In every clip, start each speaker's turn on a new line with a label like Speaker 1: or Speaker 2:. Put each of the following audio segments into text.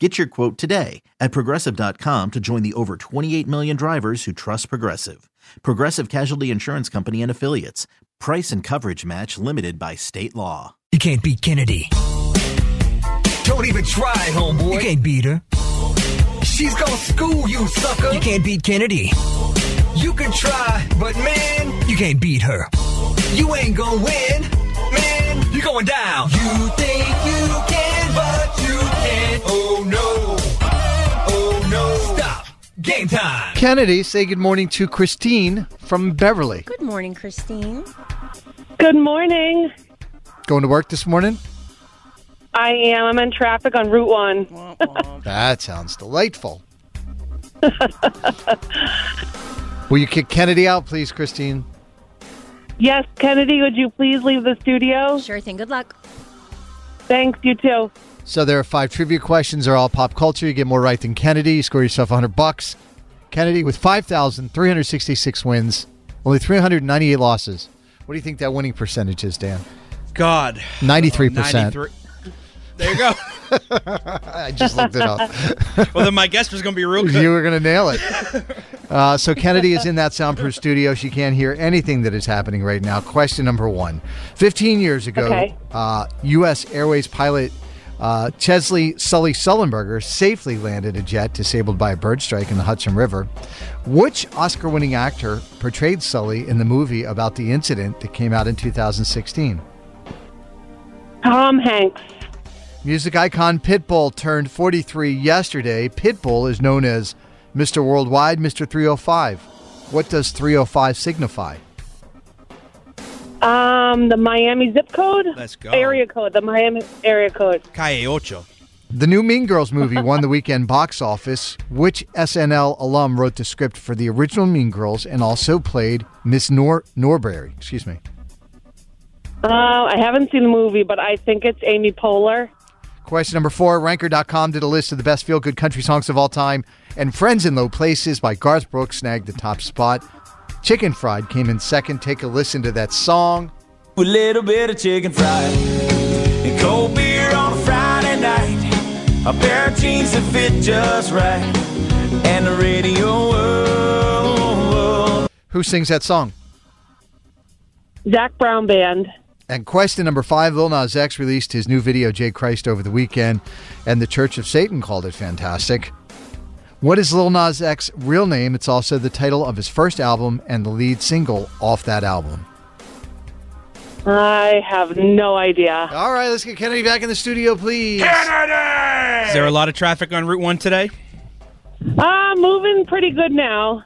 Speaker 1: Get your quote today at progressive.com to join the over 28 million drivers who trust Progressive. Progressive Casualty Insurance Company and Affiliates. Price and coverage match limited by state law.
Speaker 2: You can't beat Kennedy.
Speaker 3: Don't even try,
Speaker 2: You
Speaker 3: homeboy.
Speaker 2: can't beat her.
Speaker 3: She's gonna school you, sucker.
Speaker 2: You can't beat Kennedy.
Speaker 3: You can try, but man,
Speaker 2: You can't beat her.
Speaker 3: you ain't gonna win. Man, you're going down. You think you can, but you can't. Oh no. Oh no. Stop. Game time.
Speaker 4: Kennedy, say good morning to Christine from Beverly.
Speaker 5: Good morning, Christine.
Speaker 6: Good morning.
Speaker 4: Going to work this morning?
Speaker 6: I am. I'm in traffic on Route 1.
Speaker 4: That sounds delightful. Will you kick Kennedy out, please, Christine?
Speaker 6: Yes, Kennedy, would you please leave the studio?
Speaker 5: Sure thing. Good luck.
Speaker 6: Thanks, you too.
Speaker 4: So there are five trivia questions. They're all pop culture. You get more right than Kennedy. You score yourself 100 bucks. Kennedy with 5,366 wins, only 398 losses. What do you think that winning percentage is, Dan?
Speaker 7: God.
Speaker 4: 93%.
Speaker 7: 93. There you go.
Speaker 4: I just looked it up.
Speaker 7: well, then my guess was going to be real good.
Speaker 4: you were going to nail it. Uh, so Kennedy is in that soundproof studio. She can't hear anything that is happening right now. Question number one: Fifteen years ago,
Speaker 6: Okay.
Speaker 4: uh, U.S. Airways pilot uh, Chesley Sully Sullenberger safely landed a jet disabled by a bird strike in the Hudson River. Which Oscar-winning actor portrayed Sully in the movie about the incident that came out in 2016?
Speaker 6: Tom Hanks.
Speaker 4: Music icon Pitbull turned 43 yesterday. Pitbull is known as Mr. Worldwide, Mr. 305. What does 305 signify?
Speaker 6: Um, the Miami zip code?
Speaker 7: Let's go.
Speaker 6: Area code, the Miami area code.
Speaker 7: Calle Ocho.
Speaker 4: The new Mean Girls movie won the weekend box office. Which SNL alum wrote the script for the original Mean Girls and also played Miss Nor Norbury? Excuse me.
Speaker 6: Uh, I haven't seen the movie, but I think it's Amy Poehler.
Speaker 4: Question number four Ranker.com did a list of the best feel good country songs of all time, and Friends in Low Places by Garth Brooks snagged the top spot. Chicken Fried came in second. Take a listen to that song.
Speaker 3: A little bit of chicken fried and cold beer on a Friday night. A pair of jeans that fit just right and the radio world.
Speaker 4: Who sings that song?
Speaker 6: Zach Brown Band.
Speaker 4: And question number five Lil Nas X released his new video, J Christ, over the weekend, and the Church of Satan called it fantastic. What is Lil Nas X's real name? It's also the title of his first album and the lead single off that album.
Speaker 6: I have no idea.
Speaker 4: All right, let's get Kennedy back in the studio, please.
Speaker 7: Is there a lot of traffic on Route 1 today?
Speaker 6: Uh, moving pretty good now.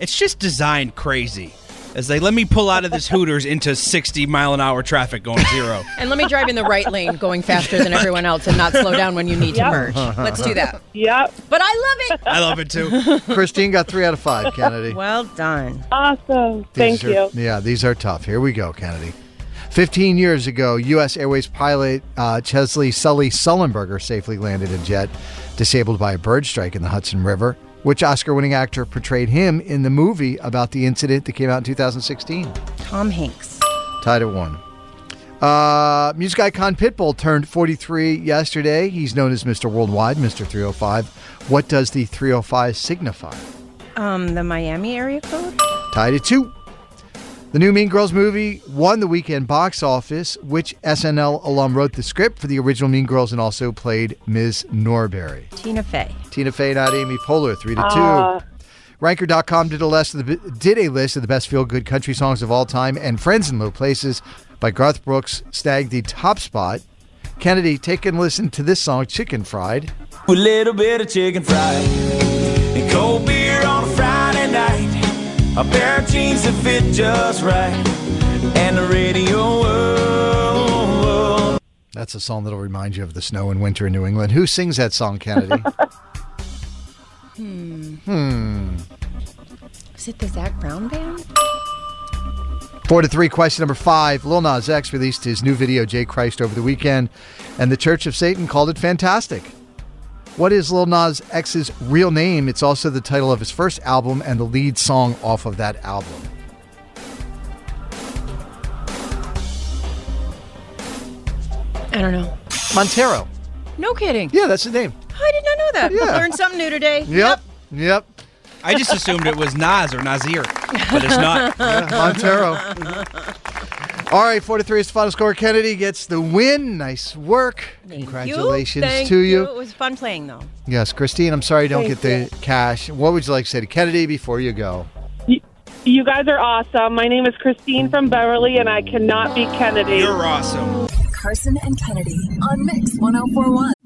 Speaker 7: It's just designed crazy. As they let me pull out of this Hooters into 60 mile an hour traffic going zero.
Speaker 5: And let me drive in the right lane, going faster than everyone else, and not slow down when you need to
Speaker 6: Yep.
Speaker 5: merge. Let's do that.
Speaker 6: Yep.
Speaker 5: But I love it.
Speaker 7: I love it too.
Speaker 4: Christine got three out of five, Kennedy.
Speaker 5: Well done.
Speaker 6: Awesome.
Speaker 4: These
Speaker 6: Thank
Speaker 4: are-
Speaker 6: you.
Speaker 4: Yeah, these are tough. Here we go, Kennedy. 15 years ago, U.S. Airways pilot uh, Chesley Sully Sullenberger safely landed a jet disabled by a bird strike in the Hudson River. Which Oscar winning actor portrayed him in the movie about the incident that came out in 2016?
Speaker 5: Tom Hanks.
Speaker 4: Tied at one. Uh, music icon Pitbull turned 43 yesterday. He's known as Mr. Worldwide, Mr. 305. What does the 305 signify?
Speaker 5: Um, the Miami area code.
Speaker 4: Tied at two. The new Mean Girls movie won the weekend box office. Which SNL alum wrote the script for the original Mean Girls and also played Ms. Norberry?
Speaker 5: Tina Fey.
Speaker 4: Tina Fey, not Amy Poehler, three to two. Ranker.com did a list of the did a list of the best feel good country songs of all time, and "Friends in Low Places" by Garth Brooks snagged the top spot. Kennedy, take and listen to this song, "Chicken Fried."
Speaker 3: A little bit of chicken fried and cold beer on a Friday night. A pair of jeans that fit just right and the radio world.
Speaker 4: That's a song that'll remind you of the snow and winter in New England. Who sings that song, Kennedy?
Speaker 5: Is it the Zach Brown band?
Speaker 4: Four to three. Question number five. Lil Nas X released his new video, J Christ, over the weekend, and the Church of Satan called it fantastic. What is Lil Nas X's real name? It's also the title of his first album and the lead song off of that album.
Speaker 5: I don't know.
Speaker 4: Montero.
Speaker 5: No kidding.
Speaker 4: Yeah, that's his name.
Speaker 5: I did not know that.
Speaker 4: Yeah.
Speaker 5: Learned something new today.
Speaker 4: Yep. Yep.
Speaker 7: I just assumed it was Nas or Nazir, but it's not.
Speaker 4: Montero. All right, four to three is the final score. Kennedy gets the win. Nice work.
Speaker 5: Thank
Speaker 4: Congratulations
Speaker 5: you. Thank
Speaker 4: to you.
Speaker 5: It was fun playing though.
Speaker 4: Yes, Christine, I'm sorry you don't
Speaker 6: Thank
Speaker 4: get the cash. What would you like to say to Kennedy before you go?
Speaker 6: You, you guys are awesome. My name is Christine from Beverly, and I cannot beat Kennedy.
Speaker 7: You're awesome.
Speaker 8: Carson and Kennedy on Mix 1041.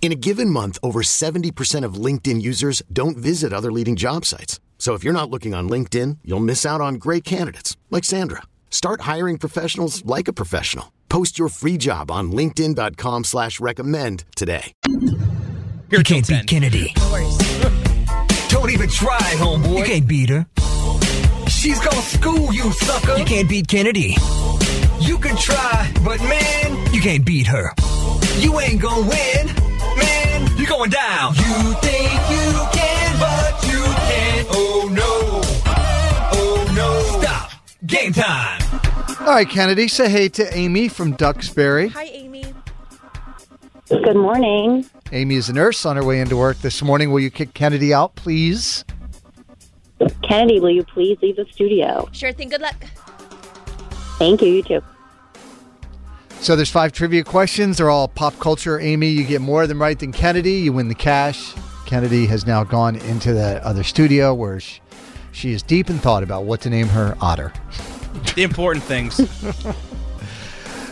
Speaker 9: In a given month, over 70% of LinkedIn users don't visit other leading job sites. So if you're not looking on LinkedIn, you'll miss out on great candidates like Sandra. Start hiring professionals like a professional. Post your free job on linkedin.com/recommend slash recommend today.
Speaker 7: Here
Speaker 2: You
Speaker 7: till
Speaker 2: can't
Speaker 7: 10.
Speaker 2: beat Kennedy. Don't even try, homeboy. You can't beat her. She's gonna school you, sucker. You can't beat Kennedy. You can try, but man, you can't beat her. You ain't gonna win, man. You're going down. You think you can, but you can't. Oh no. Oh no. Stop. Game time.
Speaker 4: All right, Kennedy, say hey to Amy from Duxbury.
Speaker 5: Hi, Amy.
Speaker 6: Good morning.
Speaker 4: Amy is a nurse on her way into work this morning. Will you kick Kennedy out, please?
Speaker 6: Kennedy, will you please leave the studio?
Speaker 5: Sure thing. Good luck.
Speaker 6: Thank you. You too.
Speaker 4: So there's five trivia questions. They're all pop culture. Amy, you get more of them right than Kennedy. You win the cash. Kennedy has now gone into that other studio where she, she is deep in thought about what to name her otter.
Speaker 7: The important things.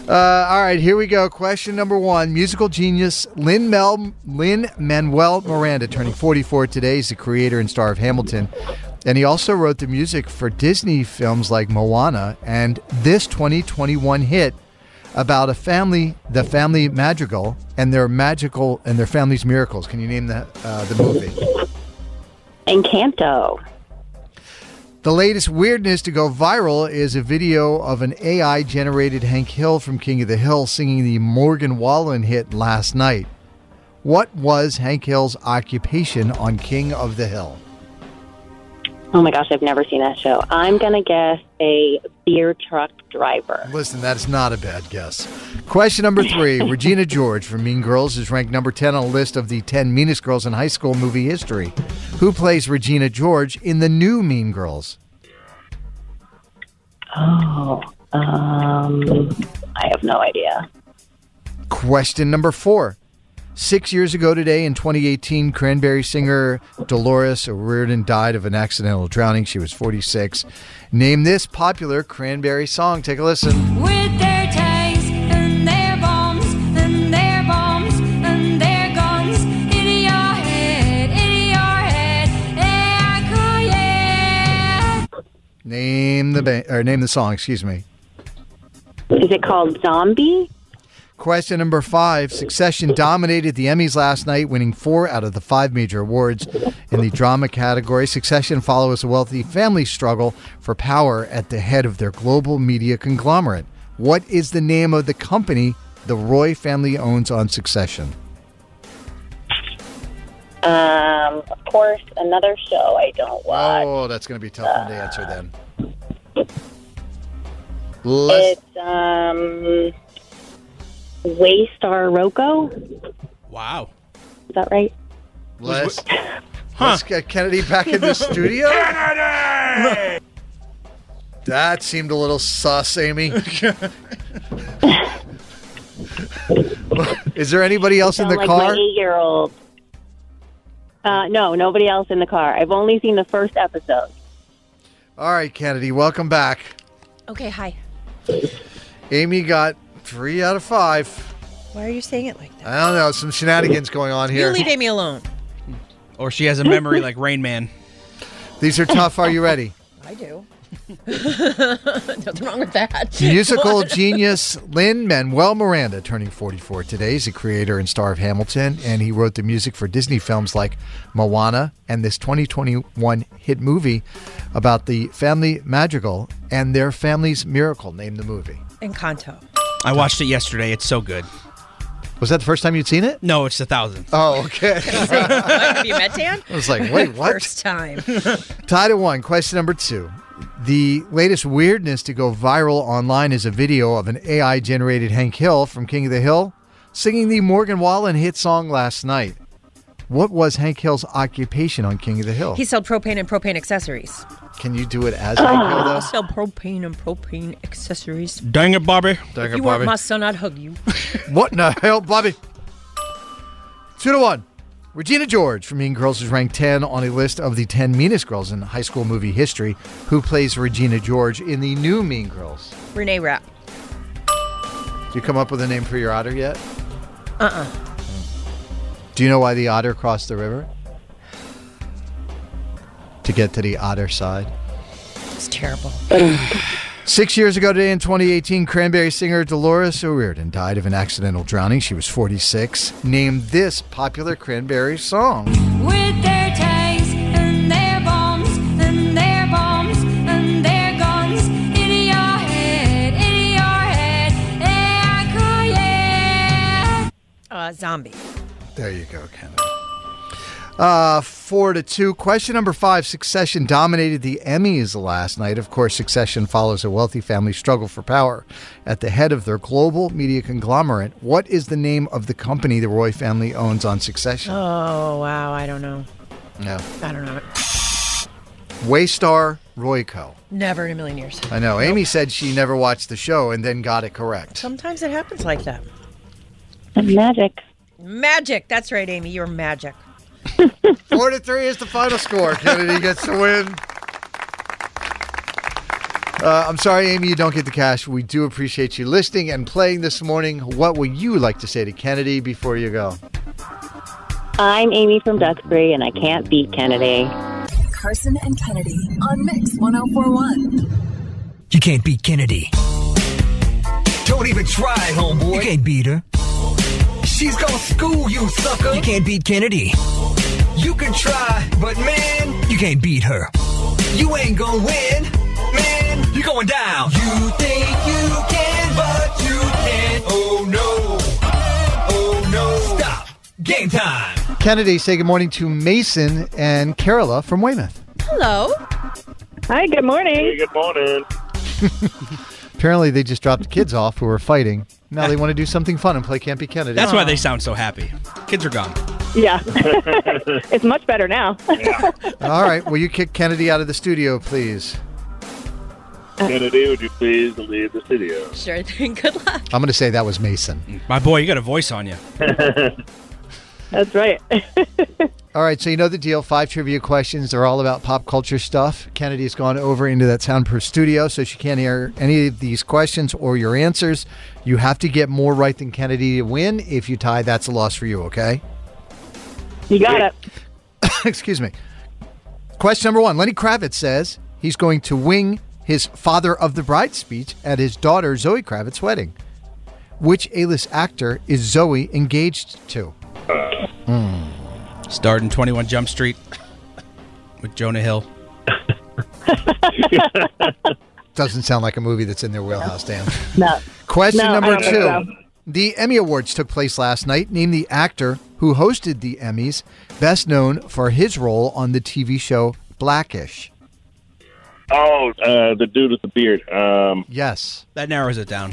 Speaker 4: Uh, all right, here we go. Question number one: Musical genius Lin Mel Lin Manuel Miranda, turning 44 today, is the creator and star of Hamilton, and he also wrote the music for Disney films like Moana and this 2021 hit about a family, the family Madrigal, and their magical and their family's miracles. Can you name the uh, the movie?
Speaker 6: Encanto.
Speaker 4: The latest weirdness to go viral is a video of an AI generated Hank Hill from King of the Hill singing the Morgan Wallen hit last night. What was Hank Hill's occupation on King of the Hill?
Speaker 10: Oh my gosh, I've never seen that show. I'm going to guess a beer truck driver.
Speaker 4: Listen, that's not a bad guess. Question number three Regina George from Mean Girls is ranked number 10 on a list of the 10 meanest girls in high school movie history. Who plays Regina George in the new Mean Girls?
Speaker 10: Oh, um, I have no idea.
Speaker 4: Question number four. Six years ago today in 2018, Cranberry singer Dolores O'Riordan died of an accidental drowning. She was 46. Name this popular Cranberry song. Take a listen.
Speaker 11: With their tanks and their bombs and their bombs and their guns in your head, in your head, yeah, cool, yeah.
Speaker 4: Name the ba- or name the song. Excuse me.
Speaker 10: Is it called Zombie?
Speaker 4: Question number five Succession dominated the Emmys last night, winning four out of the five major awards in the drama category. Succession follows a wealthy family struggle for power at the head of their global media conglomerate. What is the name of the company the Roy family owns on Succession?
Speaker 10: Um, of course, another show I don't watch.
Speaker 4: Oh, that's going to be a tough one to answer then. Let's-
Speaker 10: It's um, Waystar Roco.
Speaker 7: Wow.
Speaker 10: Is that right?
Speaker 4: Let's, let's get Kennedy back in the studio. That seemed a little sus, Amy. Is there anybody else in
Speaker 10: Sound
Speaker 4: the
Speaker 10: like My
Speaker 4: car?
Speaker 10: eight-year-old. Uh, no, nobody else in the car. I've only seen the first episode.
Speaker 4: All right, Kennedy, welcome back.
Speaker 5: Okay, hi.
Speaker 4: Amy got three out of five.
Speaker 5: Why are you saying it like that?
Speaker 4: I don't know, some shenanigans going on
Speaker 5: You
Speaker 4: here.
Speaker 5: leave Amy alone.
Speaker 7: Or she has a memory like Rain Man.
Speaker 4: These are tough. Are you ready?
Speaker 5: I do. Nothing wrong with that.
Speaker 4: Musical
Speaker 5: What?
Speaker 4: genius Lynn Manuel Miranda, turning 44 today, is the creator and star of Hamilton, and he wrote the music for Disney films like Moana and this 2021 hit movie about the family Madrigal and their family's miracle. Name the movie.
Speaker 5: Encanto.
Speaker 7: I watched it yesterday. It's so good.
Speaker 4: Was that the first time you'd seen it?
Speaker 7: No, it's the thousandth.
Speaker 4: Oh, okay.
Speaker 5: Have you met Dan?
Speaker 4: I was like, wait, what?
Speaker 5: First time.
Speaker 4: Tied at one. Question number two. The latest weirdness to go viral online is a video of an AI generated Hank Hill from King of the Hill singing the Morgan Wallen hit song last night. What was Hank Hill's occupation on King of the Hill?
Speaker 5: He sold propane and propane accessories.
Speaker 4: Can you do it as Hank Hill, though?
Speaker 5: He sold propane and propane accessories.
Speaker 7: Dang it, Bobby.
Speaker 4: Dang
Speaker 5: If you weren't my son, I'd hug you.
Speaker 4: What in the hell, Bobby? Two to one. Regina George from Mean Girls is ranked 10 on a list of the 10 meanest girls in high school movie history. Who plays Regina George in the new Mean Girls?
Speaker 5: Renee Rapp.
Speaker 4: Did you come up with a name for your otter yet?
Speaker 5: Uh-uh.
Speaker 4: Do you know why the otter crossed the river? To get to the otter side.
Speaker 5: It's terrible.
Speaker 4: Six years ago today in 2018, Cranberry singer Dolores O'Riordan died of an accidental drowning. She was 46. Name this popular Cranberry song.
Speaker 11: With their tanks and their bombs and their bombs and their guns in your head, in your head, yeah, cool, yeah.
Speaker 5: Uh, zombie.
Speaker 4: There you go, Kenneth. Uh, four to two. Question number five. Succession dominated the Emmys last night. Of course, Succession follows a wealthy family struggle for power at the head of their global media conglomerate. What is the name of the company the Roy family owns on Succession?
Speaker 5: Oh, wow. I don't know.
Speaker 4: No.
Speaker 5: I don't know.
Speaker 4: Waystar Royco.
Speaker 5: Never in a million years.
Speaker 4: I know. Amy said she never watched the show and then got it correct.
Speaker 5: Sometimes it happens like that.
Speaker 10: Magic.
Speaker 5: Magic. That's right, Amy. You're magic.
Speaker 4: Four to three is the final score. Kennedy gets the win. Uh, I'm sorry, Amy, you don't get the cash. We do appreciate you listening and playing this morning. What would you like to say to Kennedy before you go?
Speaker 10: I'm Amy from Duxbury, and I can't beat Kennedy.
Speaker 8: Carson and Kennedy on Mix 1041.
Speaker 2: You can't beat Kennedy. Don't even try, homeboy. You can't beat her. She's gonna school you, sucker. You can't beat Kennedy. You can try, but man, you can't beat her. You ain't gonna win, man. You're going down. You think you can, but you can't. Oh no. Oh no. Stop. Game time.
Speaker 4: Kennedy, say good morning to Mason and Carola from Weymouth.
Speaker 5: Hello.
Speaker 6: Hi, good morning.
Speaker 12: good morning.
Speaker 4: Apparently, they just dropped the kids off who were fighting. Now they want to do something fun and play Campy Kennedy.
Speaker 7: That's why they sound so happy. Kids are gone.
Speaker 6: Yeah. it's much better now.
Speaker 4: All right. Will you kick Kennedy out of the studio, please?
Speaker 12: Kennedy, would you please leave the studio?
Speaker 5: Sure thing. Good luck.
Speaker 4: I'm going to say that was Mason.
Speaker 7: My boy, you got a voice on you.
Speaker 6: That's right.
Speaker 4: All right. So you know the deal. Five trivia questions. They're all about pop culture stuff. Kennedy's gone over into that soundproof studio, so she can't hear any of these questions or your answers. You have to get more right than Kennedy to win. If you tie, that's a loss for you. Okay.
Speaker 6: You got it.
Speaker 4: Excuse me. Question number one Lenny Kravitz says he's going to wing his father of the bride speech at his daughter Zoe Kravitz's wedding. Which A list actor is Zoe engaged to?
Speaker 7: Starred in 21 Jump Street with Jonah Hill.
Speaker 4: Doesn't sound like a movie that's in their wheelhouse, Dan.
Speaker 6: No.
Speaker 4: Question
Speaker 6: No, I
Speaker 4: number
Speaker 6: don't think
Speaker 4: two.
Speaker 6: so.
Speaker 4: The Emmy Awards took place last night. Name the actor who hosted the Emmys, best known for his role on the TV show Blackish.
Speaker 12: Oh, uh, the dude with the beard. Um,
Speaker 4: Yes.
Speaker 7: That narrows it down.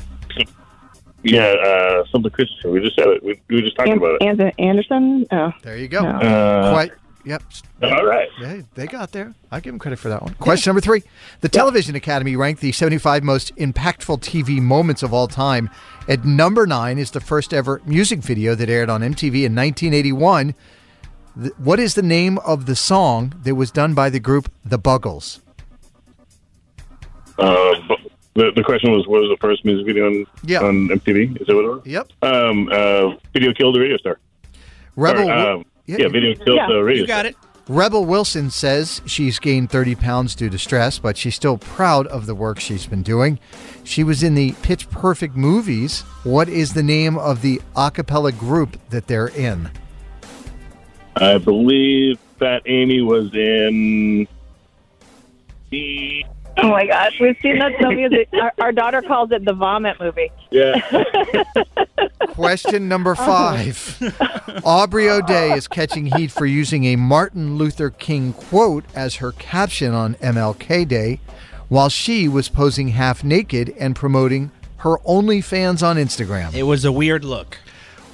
Speaker 12: yeah, uh, something Christian. We just had it. We, we were just talking about it.
Speaker 6: An- Anderson? Oh.
Speaker 4: There you go.
Speaker 12: Uh,
Speaker 4: Quite. Yep.
Speaker 12: All right.
Speaker 4: Hey, they got there. I give them credit for that one. Question number three. The Television Academy ranked the 75 most impactful TV moments of all time. At number nine is the first ever music video that aired on MTV in 1981. Th- What is the name of the song that was done by the group The Buggles?
Speaker 12: Uh, but the, the question was, what was the first music video on,
Speaker 4: Yeah.
Speaker 12: on MTV? Is that what it was?
Speaker 4: Yep.
Speaker 12: Um, uh, video killed the radio star.
Speaker 4: Rebel.
Speaker 12: Or,
Speaker 4: Wil-
Speaker 12: um, yeah, Video Killed the Radio Star.
Speaker 4: Rebel Wilson says she's gained 30 pounds due to stress, but she's still proud of the work she's been doing. She was in the Pitch Perfect movies. What is the name of the a cappella group that they're in?
Speaker 12: I believe that Amy was in. Yeah.
Speaker 6: Oh my gosh, we've seen that so music. Our, our daughter calls it the vomit movie.
Speaker 4: Question number five. Aubrey O'Day is catching heat for using a Martin Luther King quote as her caption on MLK Day while she was posing half naked and promoting her OnlyFans on Instagram.
Speaker 7: It was a weird look.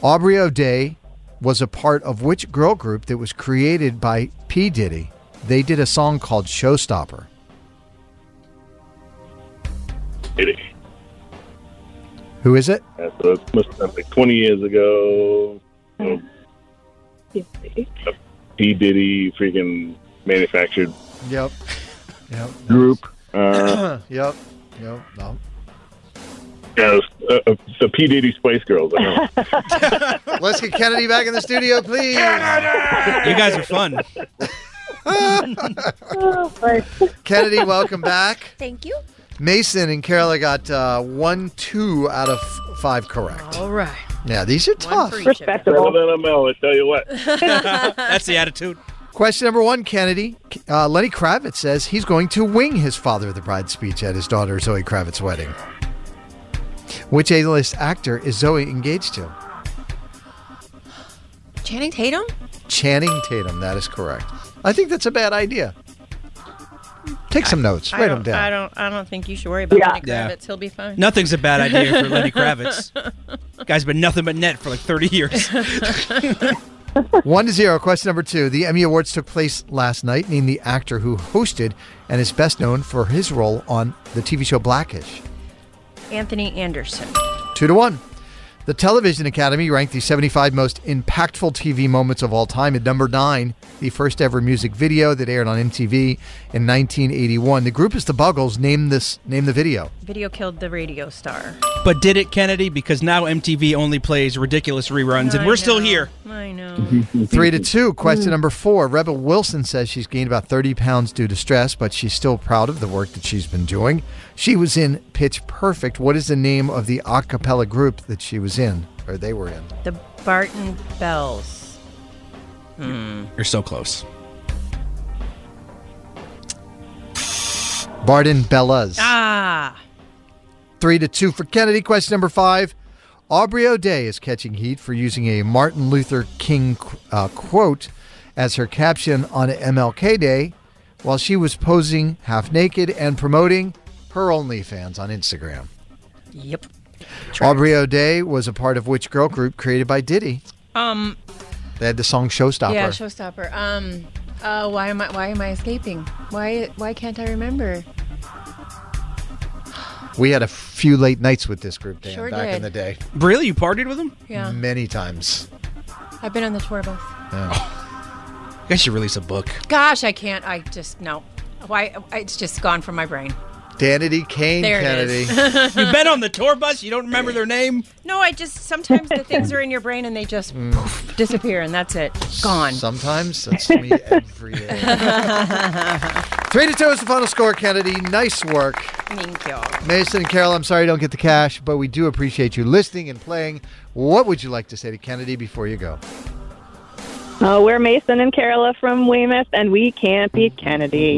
Speaker 4: Aubrey O'Day was a part of which girl group that was created by P. Diddy? They did a song called Showstopper. Who is it?
Speaker 12: Yeah, so it must have been like 20 years ago. So, P. Diddy freaking manufactured
Speaker 4: Yep. Yep.
Speaker 12: group. Uh,
Speaker 4: yep. Yep. No.
Speaker 12: yeah, it was, uh, uh, the P. Diddy Spice Girls. I know.
Speaker 4: Let's get Kennedy back in the studio, please.
Speaker 7: You guys are fun.
Speaker 4: Kennedy, welcome back.
Speaker 5: Thank you.
Speaker 4: Mason and Carola got uh, one, two out of f- five correct.
Speaker 5: All right.
Speaker 4: Yeah, these are tough.
Speaker 12: Better than a mill, I tell you what.
Speaker 7: That's the attitude.
Speaker 4: Question number one, Kennedy. Uh, Lenny Kravitz says he's going to wing his father of the bride speech at his daughter Zoe Kravitz's wedding. Which A-list actor is Zoe engaged to?
Speaker 5: Channing Tatum?
Speaker 4: Channing Tatum. That is correct. I think that's a bad idea. Take some notes.
Speaker 5: I
Speaker 4: Write them
Speaker 5: don't, I
Speaker 4: down.
Speaker 5: don't. I don't think you should worry about
Speaker 7: Yeah.
Speaker 5: Lenny
Speaker 7: Yeah.
Speaker 5: Kravitz. He'll be fine.
Speaker 7: Nothing's a bad idea for Lenny Kravitz. Guy's been nothing but net for like 30 years.
Speaker 4: One to zero. Question number two. The Emmy Awards took place last night. Name the actor who hosted and is best known for his role on the TV show Blackish.
Speaker 5: Anthony Anderson.
Speaker 4: Two to one. The Television Academy ranked the 75 most impactful TV moments of all time at number nine, the first ever music video that aired on MTV in 1981. The group is the Buggles. Name this. Name the video.
Speaker 5: Video killed the radio star.
Speaker 7: but did it, Kennedy? Because now MTV only plays ridiculous reruns, and
Speaker 5: I
Speaker 7: we're still
Speaker 5: know.
Speaker 7: here.
Speaker 5: I know.
Speaker 4: Three to two. Question number four. Rebel Wilson says she's gained about 30 pounds due to stress, but she's still proud of the work that she's been doing. She was in Pitch Perfect. What is the name of the a cappella group that she was in, or they were in?
Speaker 5: The Barton Bells.
Speaker 7: You're so close.
Speaker 4: Barden Bellas.
Speaker 5: Ah.
Speaker 4: Three to two for Kennedy. Question number five. Aubrey O'Day is catching heat for using a Martin Luther King uh, quote as her caption on MLK Day. while she was posing half naked and promoting her OnlyFans on Instagram.
Speaker 13: Yep.
Speaker 4: Aubrey O'Day was a part of which girl group created by Diddy?
Speaker 5: Um,
Speaker 4: They had the song Showstopper.
Speaker 5: yeah, showstopper. Um, uh, why am I? Why am I escaping? Why? Why can't I remember?
Speaker 4: we had a few late nights with this group Dan,
Speaker 5: Sure
Speaker 4: back in
Speaker 5: did.
Speaker 4: the day.
Speaker 7: Really? You partied with them?
Speaker 5: Yeah.
Speaker 4: Many times.
Speaker 5: I've been on the tour bus.
Speaker 7: I guess you release a book.
Speaker 5: Gosh, I can't. I just no. Why? It's just gone from my brain.
Speaker 4: Danity Kane
Speaker 5: There it
Speaker 4: Kennedy.
Speaker 5: is.
Speaker 7: You've been on the tour bus. You don't remember their name.
Speaker 5: No, I just sometimes the things are in your brain and they just poof, disappear, and that's it. Gone.
Speaker 4: Sometimes that's me every day. Three to two is the final score, Kennedy. Nice work.
Speaker 5: Thank you.
Speaker 4: Mason and Carol, I'm sorry you don't get the cash, but we do appreciate you listening and playing. What would you like to say to Kennedy before you go?
Speaker 6: Uh, we're Mason and Carola from Weymouth, and we can't beat Kennedy.